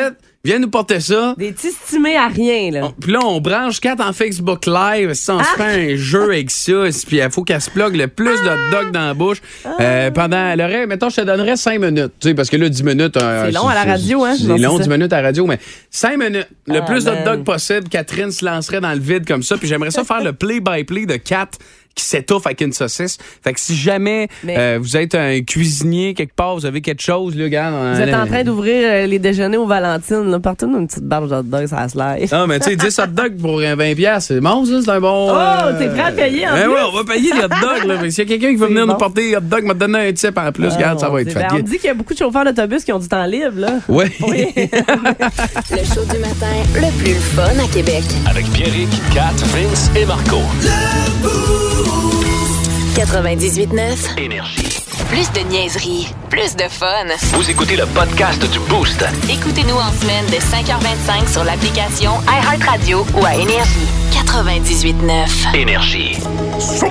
[SPEAKER 3] viens nous porter ça.
[SPEAKER 4] Des petits stimés à rien, là. Ah!
[SPEAKER 3] On- Oh, Puis là, on branche 4 en Facebook Live. Si on se fait un jeu avec ça, si- puis il faut qu'elle se plug le plus
[SPEAKER 4] Ah!
[SPEAKER 3] de dog dans la bouche. Euh, pendant l'oreille, mettons, je te donnerais 5 minutes. Tu sais, parce que là, 10 minutes. euh,
[SPEAKER 4] C'est long à la radio, hein? Non,
[SPEAKER 3] C'est
[SPEAKER 4] c'est
[SPEAKER 3] long,
[SPEAKER 4] ça.
[SPEAKER 3] 10 minutes à la radio, mais 5 minutes. Le
[SPEAKER 4] Ah,
[SPEAKER 3] plus
[SPEAKER 4] man.
[SPEAKER 3] de dog possible. Catherine se lancerait dans le vide comme ça. Puis j'aimerais ça faire le play-by-play de 4 qui s'étouffe avec une saucisse. Fait que si jamais
[SPEAKER 4] Mais-
[SPEAKER 3] euh, vous êtes un cuisinier quelque part, vous avez quelque chose, là, hein, gars.
[SPEAKER 4] Vous êtes en train d'ouvrir euh, les déjeuners aux Valentines, là. Partout une petite barbe de hot dog, ça se lève.
[SPEAKER 3] Non, mais tu sais, 10 hot dogs pour un 20$, piastres, c'est bon, ça, c'est un bon.
[SPEAKER 4] Oh, t'es prêt à payer, en
[SPEAKER 3] Ben
[SPEAKER 4] plus?
[SPEAKER 3] ouais, on va payer les hot dogs, là. Mais S'il y a quelqu'un qui veut
[SPEAKER 4] C'est
[SPEAKER 3] venir nous
[SPEAKER 4] bon.
[SPEAKER 3] porter les hot dogs, me donner un tip en plus,
[SPEAKER 4] Ah,
[SPEAKER 3] regarde, ça
[SPEAKER 4] mon
[SPEAKER 3] va être
[SPEAKER 4] Dieu. Ben, on
[SPEAKER 3] fatigué.
[SPEAKER 4] dit qu'il y a beaucoup de chauffeurs d'autobus qui ont du temps libre, là.
[SPEAKER 3] Ouais.
[SPEAKER 1] Le show du matin le plus fun à Québec.
[SPEAKER 2] Avec Pierrick, Kat, Vince et Marco.
[SPEAKER 1] 98.9.
[SPEAKER 2] Énergie.
[SPEAKER 1] Plus de niaiserie, plus de fun.
[SPEAKER 2] Vous écoutez le podcast du Boost.
[SPEAKER 1] Écoutez-nous en semaine de 5h25 sur l'application iHeartRadio ou à Énergie. 98.9.
[SPEAKER 2] Énergie.
[SPEAKER 3] Ouais,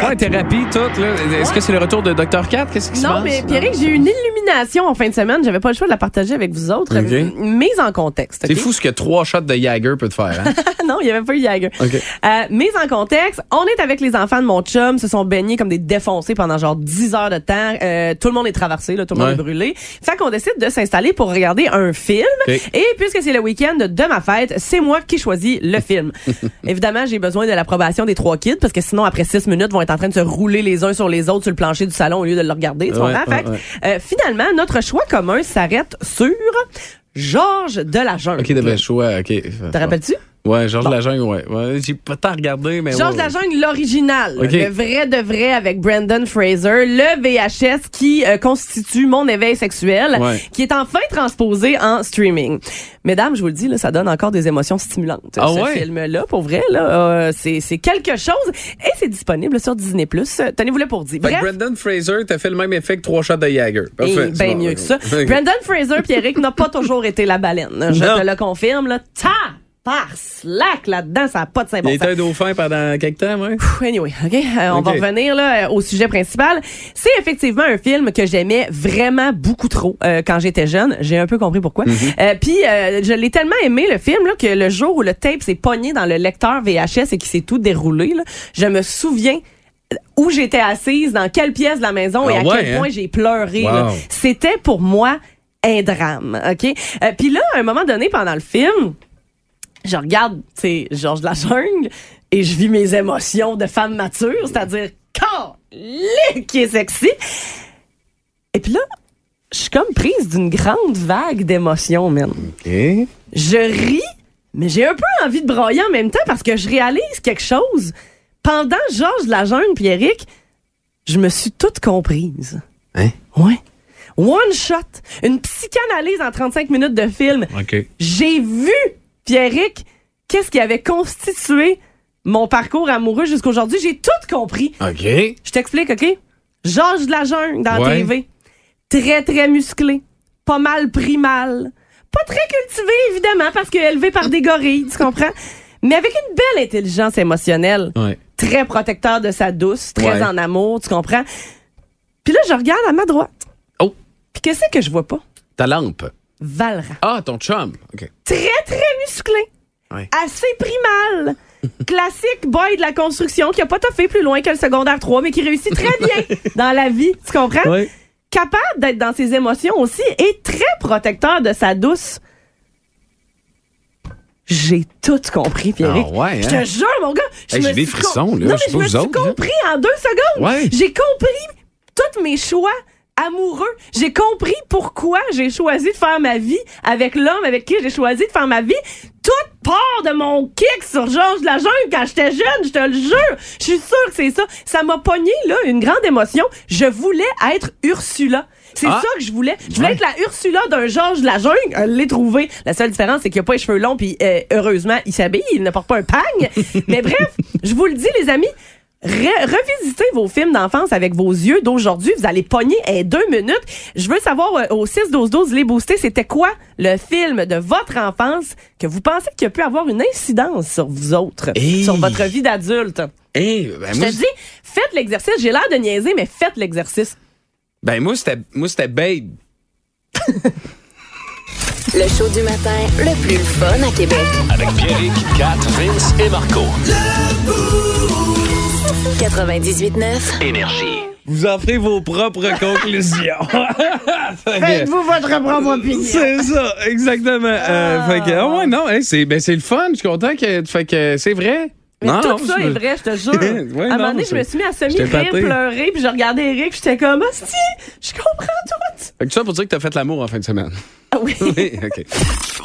[SPEAKER 3] Ah, thérapie, tout, là. Est-ce que c'est le retour de Dr. Cat? Qu'est-ce qui se passe?
[SPEAKER 4] Non, mais Pierrick, j'ai eu une illumination en fin de semaine. J'avais pas le choix de la partager avec vous autres.
[SPEAKER 3] Ok.
[SPEAKER 4] Euh, Mise en contexte.
[SPEAKER 3] C'est
[SPEAKER 4] ok?
[SPEAKER 3] fou ce que trois shots de Jagger peut te faire, hein?
[SPEAKER 4] Ah non, il n'y avait pas eu Jagger.
[SPEAKER 3] OK.
[SPEAKER 4] Euh, mise en contexte, on est avec les enfants de mon chum, se sont baignés comme des défoncés pendant genre 10 heures de temps. Euh, tout le monde est traversé, là, tout le monde
[SPEAKER 3] Ouais.
[SPEAKER 4] est brûlé. Fait qu'on décide de s'installer pour regarder un film.
[SPEAKER 3] OK.
[SPEAKER 4] Et puisque c'est le week-end de ma fête, c'est moi qui choisis le film. Évidemment, j'ai besoin de l'approbation des trois kids parce que sinon, après 6 minutes, ils vont être en train de se rouler les uns sur les autres sur le plancher du salon au lieu de le regarder. tu
[SPEAKER 3] Ouais,
[SPEAKER 4] comprends?
[SPEAKER 3] ouais,
[SPEAKER 4] Fait que, euh, finalement, notre choix commun s'arrête sur Georges de la Jungle.
[SPEAKER 3] OK, de vrai choix, OK.
[SPEAKER 4] Te rappelles-tu?
[SPEAKER 3] Ouais, Georges Lajeune, ouais. ouais. J'ai pas tant regardé, mais.
[SPEAKER 4] Georges
[SPEAKER 3] ouais, ouais.
[SPEAKER 4] la Jungle, l'original,
[SPEAKER 3] Eh OK.
[SPEAKER 4] le vrai de vrai avec Brandon Fraser, le VHS qui euh, constitue mon éveil sexuel,
[SPEAKER 3] Ouais.
[SPEAKER 4] qui est enfin transposé en streaming. Mesdames, je vous le dis, là, ça donne encore des émotions stimulantes.
[SPEAKER 3] Ah
[SPEAKER 4] ce
[SPEAKER 3] ouais?
[SPEAKER 4] film-là, pour vrai, là, euh, c'est c'est quelque chose et c'est disponible sur Disney+. Euh, Tenez-vous là pour dire.
[SPEAKER 3] Fait que
[SPEAKER 4] Bref,
[SPEAKER 3] Brendan Fraser t'a fait le même effet que trois shots de Jagger.
[SPEAKER 4] et
[SPEAKER 3] Parfait.
[SPEAKER 4] bien
[SPEAKER 3] C'est bon.
[SPEAKER 4] ben mieux que ça.
[SPEAKER 3] OK.
[SPEAKER 4] Brandon Fraser, Pierrick, n'a pas toujours été la baleine. Je
[SPEAKER 3] Non.
[SPEAKER 4] te le confirme. Là. Ta! Par slack là-dedans, ça n'a pas de saint
[SPEAKER 3] Il était un dauphin pendant quelques temps, ouais.
[SPEAKER 4] Anyway, OK, euh, on
[SPEAKER 3] OK.
[SPEAKER 4] va revenir là, euh, au sujet principal. C'est effectivement un film que j'aimais vraiment beaucoup trop euh, quand j'étais jeune. J'ai un peu compris pourquoi.
[SPEAKER 3] Mm-hmm.
[SPEAKER 4] Euh, Puis, euh, je l'ai tellement aimé, le film, là, que le jour où le tape s'est pogné dans le lecteur VHS et qui s'est tout déroulé, là, je me souviens où j'étais assise, dans quelle pièce de la maison et
[SPEAKER 3] Ah
[SPEAKER 4] à
[SPEAKER 3] ouais,
[SPEAKER 4] quel
[SPEAKER 3] hein?
[SPEAKER 4] point j'ai pleuré. là.
[SPEAKER 3] Wow.
[SPEAKER 4] C'était pour moi un drame, OK? Euh, Puis là, à un moment donné, pendant le film je regarde, tu sais, Georges de la Jungle et je vis mes émotions de femme mature, c'est-à-dire quand qui est sexy. Et puis là, je suis comme prise d'une grande vague d'émotions, même. Je ris, mais j'ai un peu envie de broyer en même temps parce que je réalise quelque chose. Pendant Georges de la Jungle, puis Eric, je me suis toute comprise.
[SPEAKER 3] Hein?
[SPEAKER 4] Ouais. One shot, une psychanalyse en 35 minutes de film.
[SPEAKER 3] OK.
[SPEAKER 4] J'ai vu, Pierrick, qu'est-ce qui avait constitué mon parcours amoureux jusqu'à aujourd'hui. J'ai tout compris.
[SPEAKER 3] OK.
[SPEAKER 4] Je t'explique, OK? Georges de la Jungle dans
[SPEAKER 3] Ouais.
[SPEAKER 4] TV. Très, très musclé. Pas mal primal. Pas très cultivé, évidemment, parce que élevé par des gorilles, tu comprends? Mais avec une belle intelligence émotionnelle
[SPEAKER 3] Ouais.
[SPEAKER 4] très protecteur de sa douce, très
[SPEAKER 3] Ouais.
[SPEAKER 4] en amour, tu comprends? Puis là, je regarde à ma droite.
[SPEAKER 3] Oh.
[SPEAKER 4] Puis qu'est-ce que je vois pas?
[SPEAKER 3] Ta lampe.
[SPEAKER 4] Valra.
[SPEAKER 3] Ah, ton chum. OK.
[SPEAKER 4] Très, très musclé.
[SPEAKER 3] Ouais.
[SPEAKER 4] Assez primal. Classique boy de la construction qui a pas toffé plus loin que le secondaire 3, mais qui réussit très bien dans la vie, tu comprends?
[SPEAKER 3] Ouais.
[SPEAKER 4] Capable d'être dans ses émotions aussi et très protecteur de sa douce. J'ai tout compris, Pierrick.
[SPEAKER 3] Ah ouais,
[SPEAKER 4] Je
[SPEAKER 3] hein?
[SPEAKER 4] te jure, mon gars. je
[SPEAKER 3] Hey,
[SPEAKER 4] me
[SPEAKER 3] j'ai des
[SPEAKER 4] suis
[SPEAKER 3] frissons,
[SPEAKER 4] con-
[SPEAKER 3] là.
[SPEAKER 4] Non,
[SPEAKER 3] Je sais
[SPEAKER 4] mais je
[SPEAKER 3] pas
[SPEAKER 4] me
[SPEAKER 3] vous
[SPEAKER 4] suis
[SPEAKER 3] autres, là.
[SPEAKER 4] compris en deux secondes.
[SPEAKER 3] Ouais.
[SPEAKER 4] J'ai compris tous mes choix amoureux. J'ai compris pourquoi j'ai choisi de faire ma vie avec l'homme avec qui j'ai choisi de faire ma vie. Toute part de mon kick sur Georges de la Jungle quand j'étais jeune, je te le jure. Je suis sûre que c'est ça. Ça m'a pogné, là, une grande émotion. Je voulais être Ursula. C'est
[SPEAKER 3] Ah.
[SPEAKER 4] ça que je voulais. Je voulais être la Ursula d'un Georges de la Jungle. Elle l'est trouvée. La seule différence, c'est qu'il n'a pas les cheveux longs, puis euh, heureusement, il s'habille, il ne porte pas un pagne. Mais bref, je vous le dis, les amis, re- revisitez vos films d'enfance avec vos yeux d'aujourd'hui. Vous allez pogner en deux minutes. Je veux savoir euh, au 6-12-12, les boostés, c'était quoi le film de votre enfance que vous pensez qu'il a pu avoir une incidence sur vous autres,
[SPEAKER 3] Hey.
[SPEAKER 4] sur votre vie d'adulte?
[SPEAKER 3] Eh, ben,
[SPEAKER 4] Je
[SPEAKER 3] moi,
[SPEAKER 4] te dis, faites l'exercice. J'ai l'air de niaiser, mais faites l'exercice.
[SPEAKER 3] ben, moi, c'était, moi, c'était Babe.
[SPEAKER 1] Le show du matin le plus fun à Québec.
[SPEAKER 2] Avec Pierrick, Kat, Vince et Marco.
[SPEAKER 1] 98.9.
[SPEAKER 2] Énergie.
[SPEAKER 3] Vous en ferez vos propres conclusions. Faites-vous votre propre opinion. C'est ça, exactement. Euh, fait que, ah ouais, non, hey, c'est, ben, c'est le fun. Je suis content que, fait que c'est vrai.
[SPEAKER 4] Mais
[SPEAKER 3] non,
[SPEAKER 4] tout
[SPEAKER 3] non,
[SPEAKER 4] ça
[SPEAKER 3] je
[SPEAKER 4] est
[SPEAKER 3] me-
[SPEAKER 4] vrai, je te jure.
[SPEAKER 3] Ouais,
[SPEAKER 4] à
[SPEAKER 3] non,
[SPEAKER 4] un moment donné, je
[SPEAKER 3] c'est-
[SPEAKER 4] me suis mis à
[SPEAKER 3] j'étais
[SPEAKER 4] semi-rire,
[SPEAKER 3] pâté.
[SPEAKER 4] pleurer, puis je regardais Eric, puis j'étais comme, hostie, je comprends tout.
[SPEAKER 3] Fait que ça pour dire que t'as fait l'amour en fin de semaine.
[SPEAKER 4] Ah oui.
[SPEAKER 3] Oui, OK.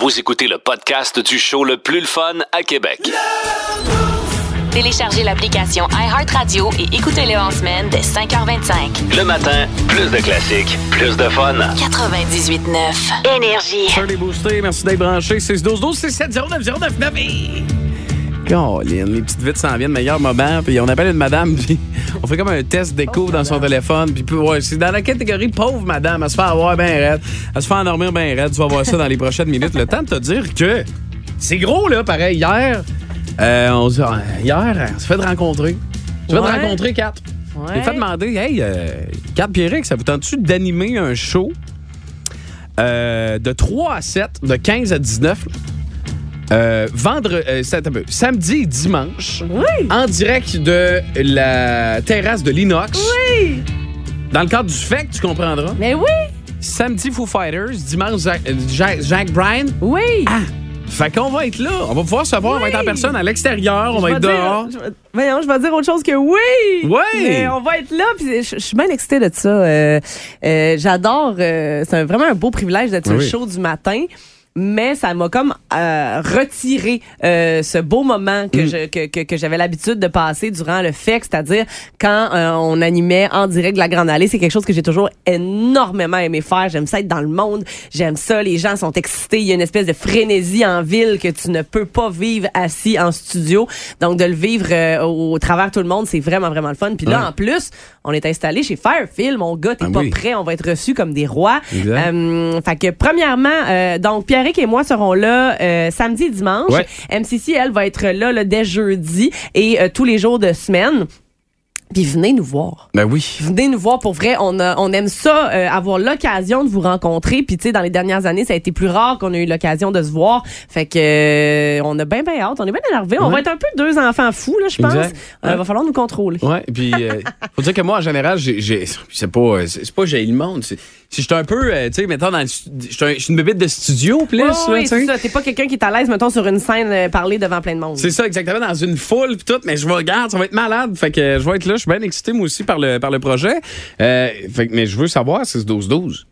[SPEAKER 2] Vous écoutez le podcast du show le plus le fun à Québec.
[SPEAKER 1] Téléchargez l'application iHeartRadio et écoutez-le en semaine dès 5h25.
[SPEAKER 2] Le matin, plus de classiques, plus de fun.
[SPEAKER 1] 98.9. Énergie.
[SPEAKER 3] Sur les boostés, merci d'être branchés. 6 12 12 6 7 0 9 0 9 9 et... Caroline, les petites vites s'en viennent, meilleur moment. Puis on appelle une madame, puis on fait comme un test
[SPEAKER 4] Oh
[SPEAKER 3] d'écho dans son téléphone. Puis ouais, c'est dans la catégorie pauvre madame. Elle se fait avoir bien raide. Elle se fait endormir bien raide. Tu vas voir ça dans les prochaines minutes. Le temps de te dire que c'est gros, là, pareil. Hier, euh, on, se- hier, on s'est fait rencontrer. Tu vas te
[SPEAKER 4] Ouais.
[SPEAKER 3] rencontrer quatre.
[SPEAKER 4] Ouais.
[SPEAKER 3] J'ai fait demander, hey, euh, Kat Pierrick, ça vous tente-tu d'animer un show euh, de 3 à 7, de 15 à 19, là? euh, vendre- euh, c'est- attends un peu. samedi et dimanche,
[SPEAKER 4] Oui.
[SPEAKER 3] en direct de la terrasse de l'Inox,
[SPEAKER 4] Oui.
[SPEAKER 3] dans le cadre du FEC, tu comprendras.
[SPEAKER 4] Mais oui.
[SPEAKER 3] Samedi Foo Fighters, dimanche Jack, euh, Jack- Jack Bryan.
[SPEAKER 4] Oui.
[SPEAKER 3] Fait qu'on va être là, on va pouvoir se voir, on va
[SPEAKER 4] Oui.
[SPEAKER 3] être en personne à l'extérieur, on va
[SPEAKER 4] Je
[SPEAKER 3] être
[SPEAKER 4] vais
[SPEAKER 3] dehors.
[SPEAKER 4] dire- je vais- voyons, je vais dire autre chose que oui.
[SPEAKER 3] Ouais.
[SPEAKER 4] Mais on va être là. Puis je, je suis bien excitée de ça. Euh, euh, J'adore. euh, c'est un- vraiment un beau privilège d'être sur le
[SPEAKER 3] Oui.
[SPEAKER 4] show du matin. Mais ça m'a comme euh, retiré euh, ce beau moment
[SPEAKER 3] Mm.
[SPEAKER 4] que je- que, que- que j'avais l'habitude de passer durant le FEC, c'est-à-dire quand euh, on animait en direct de la Grande Allée. C'est quelque chose que j'ai toujours énormément aimé faire. J'aime ça être dans le monde. J'aime ça. Les gens sont excités. Il y a une espèce de frénésie en ville que tu ne peux pas vivre assis en studio. Donc, de le vivre euh, au, au travers tout le monde, c'est vraiment, vraiment le fun. Puis là,
[SPEAKER 3] Ouais.
[SPEAKER 4] en plus, on est installé chez Fairfield. Mon gars, t'es
[SPEAKER 3] Ah
[SPEAKER 4] pas
[SPEAKER 3] oui.
[SPEAKER 4] prêt. On va être reçus comme des rois.
[SPEAKER 3] Exact.
[SPEAKER 4] Euh, fait que premièrement, euh, donc Pierrick et moi serons là euh, samedi et dimanche.
[SPEAKER 3] Ouais.
[SPEAKER 4] MCC, elle, va être là, là, dès jeudi et euh, tous les jours de semaine. Puis venez nous voir.
[SPEAKER 3] Ben oui.
[SPEAKER 4] Venez nous voir pour vrai. On, a- on aime ça, euh, avoir l'occasion de vous rencontrer. Puis, tu sais, dans les dernières années, ça a été plus rare qu'on ait eu l'occasion de se voir. Fait que, euh, on a bien, bien hâte. On est bien énervés. On
[SPEAKER 3] Ouais.
[SPEAKER 4] va être un peu deux enfants fous, là, je pense.
[SPEAKER 3] Exact.
[SPEAKER 4] Euh,
[SPEAKER 3] Ouais.
[SPEAKER 4] va falloir nous contrôler.
[SPEAKER 3] Ouais, puis euh, faut dire que moi en général, j'ai j'ai- c'est pas euh, c'est c'est pas j'ai le monde, c'est si j'étais un peu euh, tu sais mettons dans le stu- j'étais un- je suis une bébite de studio plus
[SPEAKER 4] Ouais,
[SPEAKER 3] là,
[SPEAKER 4] ouais,
[SPEAKER 3] tu
[SPEAKER 4] c'est
[SPEAKER 3] sais.
[SPEAKER 4] ça. T'es pas quelqu'un qui est à l'aise, mettons, sur une scène, euh, parler devant plein de monde.
[SPEAKER 3] C'est ça exactement dans une foule puis tout, mais je vais regarde, ça va être malade, fait que euh, je vais être là, je suis bien excité moi aussi par le par le projet. Euh, fait que mais je veux savoir c'est 12 12.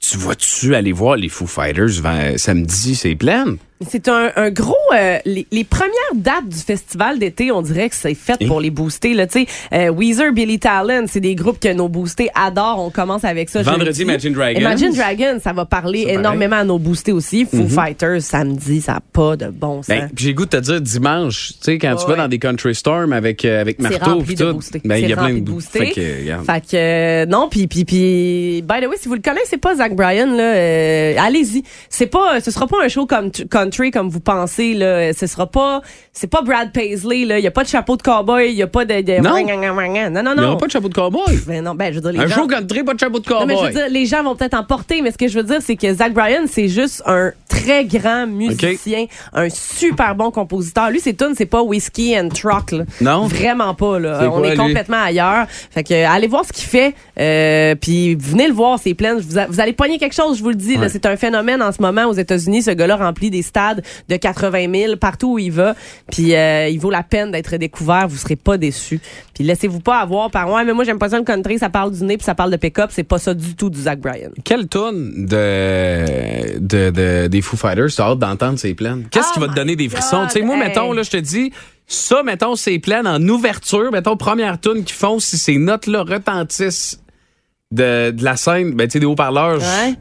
[SPEAKER 3] Tu vas-tu aller voir les Foo Fighters ven- samedi, c'est plein
[SPEAKER 4] C'est un, un gros. euh, les, les premières dates du festival d'été, on dirait que c'est fait
[SPEAKER 3] Et?
[SPEAKER 4] pour les booster. Là, tu sais, euh, Weezer, Billy Talent, c'est des groupes que nos boostés adorent. On commence avec ça.
[SPEAKER 3] Vendredi,
[SPEAKER 4] jeudi.
[SPEAKER 3] Imagine Dragons.
[SPEAKER 4] Imagine Dragons, ça va parler
[SPEAKER 3] Ça, pareil. Mhm.
[SPEAKER 4] énormément à nos boostés aussi. Foo Fighters, samedi, ça n'a pas de bon sens.
[SPEAKER 3] Ben, puis j'ai le goût de te dire dimanche, tu sais quand tu
[SPEAKER 4] Ouais.
[SPEAKER 3] vas dans des Country Storm avec euh, avec
[SPEAKER 4] c'est
[SPEAKER 3] Marteau
[SPEAKER 4] rempli
[SPEAKER 3] puis
[SPEAKER 4] de
[SPEAKER 3] tout.
[SPEAKER 4] boostés.
[SPEAKER 3] Ben,
[SPEAKER 4] c'est
[SPEAKER 3] il y a plein
[SPEAKER 4] rempli
[SPEAKER 3] de
[SPEAKER 4] de boostés.
[SPEAKER 3] Fait que, regarde.
[SPEAKER 4] Fait que, euh, non, puis puis puis by the way, si vous le connaissez c'est pas Zach Bryan là, euh, allez-y. C'est pas ce sera pas un show comme t- country comme vous pensez là, ce sera pas c'est pas Brad Paisley là, il y a pas de chapeau de cowboy, il y a pas de, de-
[SPEAKER 3] Non.
[SPEAKER 4] non non
[SPEAKER 3] Il n'y
[SPEAKER 4] non.
[SPEAKER 3] aura pas de chapeau de cowboy.
[SPEAKER 4] Ben non, ben je veux dire les
[SPEAKER 3] Un
[SPEAKER 4] gens
[SPEAKER 3] show country, pas de chapeau de
[SPEAKER 4] non, mais je veux
[SPEAKER 3] cowboy.
[SPEAKER 4] dire, les gens vont peut-être en porter, mais ce que je veux dire, c'est que Zach Bryan, c'est juste un très grand musicien, un super bon compositeur. Lui, ses tunes, c'est pas Whiskey and Truck. là.
[SPEAKER 3] Non?
[SPEAKER 4] Vraiment pas. Là.
[SPEAKER 3] C'est
[SPEAKER 4] Euh, On
[SPEAKER 3] quoi,
[SPEAKER 4] est
[SPEAKER 3] lui?
[SPEAKER 4] complètement ailleurs. Fait que euh, allez voir ce qu'il fait. euh, Puis venez le voir, c'est plein. Vous, a- vous allez pogner quelque chose, je vous le dis. là.
[SPEAKER 3] Ouais.
[SPEAKER 4] C'est un phénomène en ce moment aux États-Unis. Ce gars-là remplit des stades de 80 000 partout où il va. Puis euh, il vaut la peine d'être découvert. Vous serez pas déçus. Puis laissez-vous pas avoir par ouais, mais moi j'aime pas ça le country, ça parle du nez puis ça parle de pick-up. C'est pas ça du tout du Zach Bryan.
[SPEAKER 3] Quelle tonne de, de, de- des Foo Fighters t'as hâte d'entendre ces plaines? Qu'est-ce qui va te donner des frissons?
[SPEAKER 4] Oh God,
[SPEAKER 3] Tu sais, moi,
[SPEAKER 4] hey.
[SPEAKER 3] mettons, là, je te dis, ça, mettons, ces plaines en ouverture, mettons, première tune qu'ils font, si ces notes-là retentissent de, de la scène, ben, tu sais, des haut-parleurs.
[SPEAKER 4] Ouais.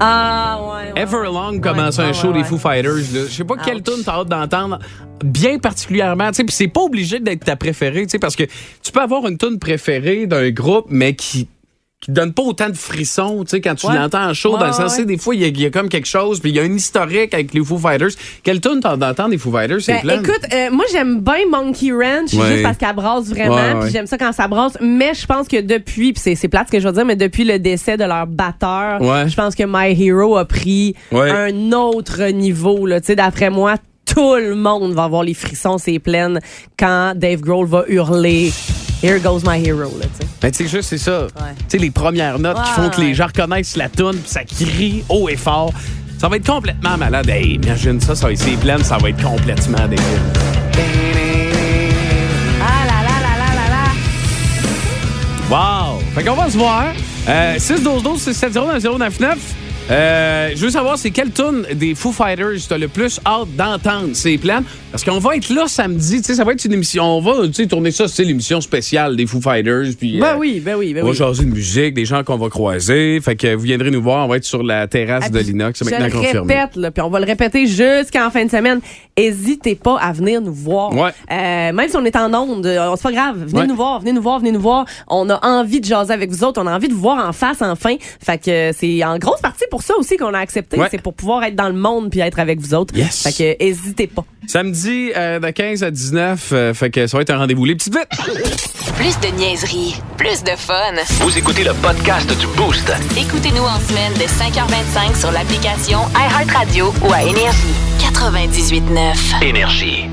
[SPEAKER 4] Ah ouais. ouais.
[SPEAKER 3] Everlong commence
[SPEAKER 4] ouais,
[SPEAKER 3] un show
[SPEAKER 4] ouais,
[SPEAKER 3] des
[SPEAKER 4] ouais.
[SPEAKER 3] Foo Fighters. là. Je sais pas quelle
[SPEAKER 4] Ouch.
[SPEAKER 3] tune t'as hâte d'entendre bien particulièrement. tu sais, Puis c'est pas obligé d'être ta préférée, tu sais, parce que tu peux avoir une tune préférée d'un groupe, mais qui qui te donne pas autant de frissons, tu sais, quand tu
[SPEAKER 4] Ouais.
[SPEAKER 3] l'entends en show.
[SPEAKER 4] Ouais,
[SPEAKER 3] dans le sens,
[SPEAKER 4] ouais.
[SPEAKER 3] tu sais, des fois, il y, a- il y a comme quelque chose, puis il y a un historique avec les Foo Fighters. Quelle tune t'as hâte d'entendre des Foo Fighters? C'est
[SPEAKER 4] Ben,
[SPEAKER 3] plein.
[SPEAKER 4] écoute, euh, moi j'aime bien Monkey Ranch
[SPEAKER 3] Ouais.
[SPEAKER 4] juste parce qu'elle brasse vraiment,
[SPEAKER 3] Ouais, ouais.
[SPEAKER 4] puis j'aime ça quand ça brasse, mais je pense que depuis, puis c'est- c'est plate ce que je veux dire, mais depuis le décès de leur batteur,
[SPEAKER 3] Ouais.
[SPEAKER 4] je pense que My Hero a pris
[SPEAKER 3] Ouais.
[SPEAKER 4] un autre niveau là, tu sais d'après moi tout le monde va avoir les frissons c'est pleines quand Dave Grohl va hurler Here goes my hero là, tu sais.
[SPEAKER 3] Ben, tu sais, juste, c'est ça.
[SPEAKER 4] Ouais.
[SPEAKER 3] Tu sais, les premières notes qui
[SPEAKER 4] Ouais,
[SPEAKER 3] font que
[SPEAKER 4] ouais.
[SPEAKER 3] les gens reconnaissent la toune, puis ça crie haut et fort. Ça va être complètement malade. Hey, imagine ça, ça va être ses plaines, ça va être complètement débile.
[SPEAKER 4] Ah là là là là là là.
[SPEAKER 3] Wow! Fait qu'on va se voir. Euh, 6 12 12 6 7 0 9 0 9 9. Euh, je veux savoir c'est quelle tune des Foo Fighters t'as le plus hâte d'entendre ces plans parce qu'on va être là samedi tu sais ça va être une émission on va tu sais tourner ça c'est l'émission spéciale des Foo Fighters puis
[SPEAKER 4] Ben
[SPEAKER 3] euh,
[SPEAKER 4] oui, ben oui, ben
[SPEAKER 3] on va
[SPEAKER 4] oui.
[SPEAKER 3] jaser de musique des gens qu'on va croiser fait que vous viendrez nous voir on va être sur la terrasse de l'inox c'est
[SPEAKER 4] Ah, Je
[SPEAKER 3] maintenant
[SPEAKER 4] le
[SPEAKER 3] confirmé
[SPEAKER 4] répète, là, puis on va le répéter jusqu'en fin de semaine. Hésitez pas à venir nous voir.
[SPEAKER 3] Ouais.
[SPEAKER 4] Euh, même si on est en onde, euh, c'est pas grave. Venez
[SPEAKER 3] Ouais.
[SPEAKER 4] nous voir, venez nous voir, venez nous voir. On a envie de jaser avec vous autres. On a envie de vous voir en face, enfin. Fait que euh, c'est en grosse partie pour ça aussi qu'on a accepté.
[SPEAKER 3] Ouais.
[SPEAKER 4] C'est pour pouvoir être dans le monde puis être avec vous autres.
[SPEAKER 3] Yes.
[SPEAKER 4] Fait que euh, hésitez pas.
[SPEAKER 3] samedi euh, de 15 à 19 euh, fait que ça va être un rendez-vous les petites bêtes
[SPEAKER 1] Plus de niaiserie, plus de fun.
[SPEAKER 2] Vous écoutez le podcast du Boost.
[SPEAKER 1] Écoutez-nous en semaine de 5h25 sur l'application iHeartRadio ou à Énergie. 98.9.
[SPEAKER 2] Énergie.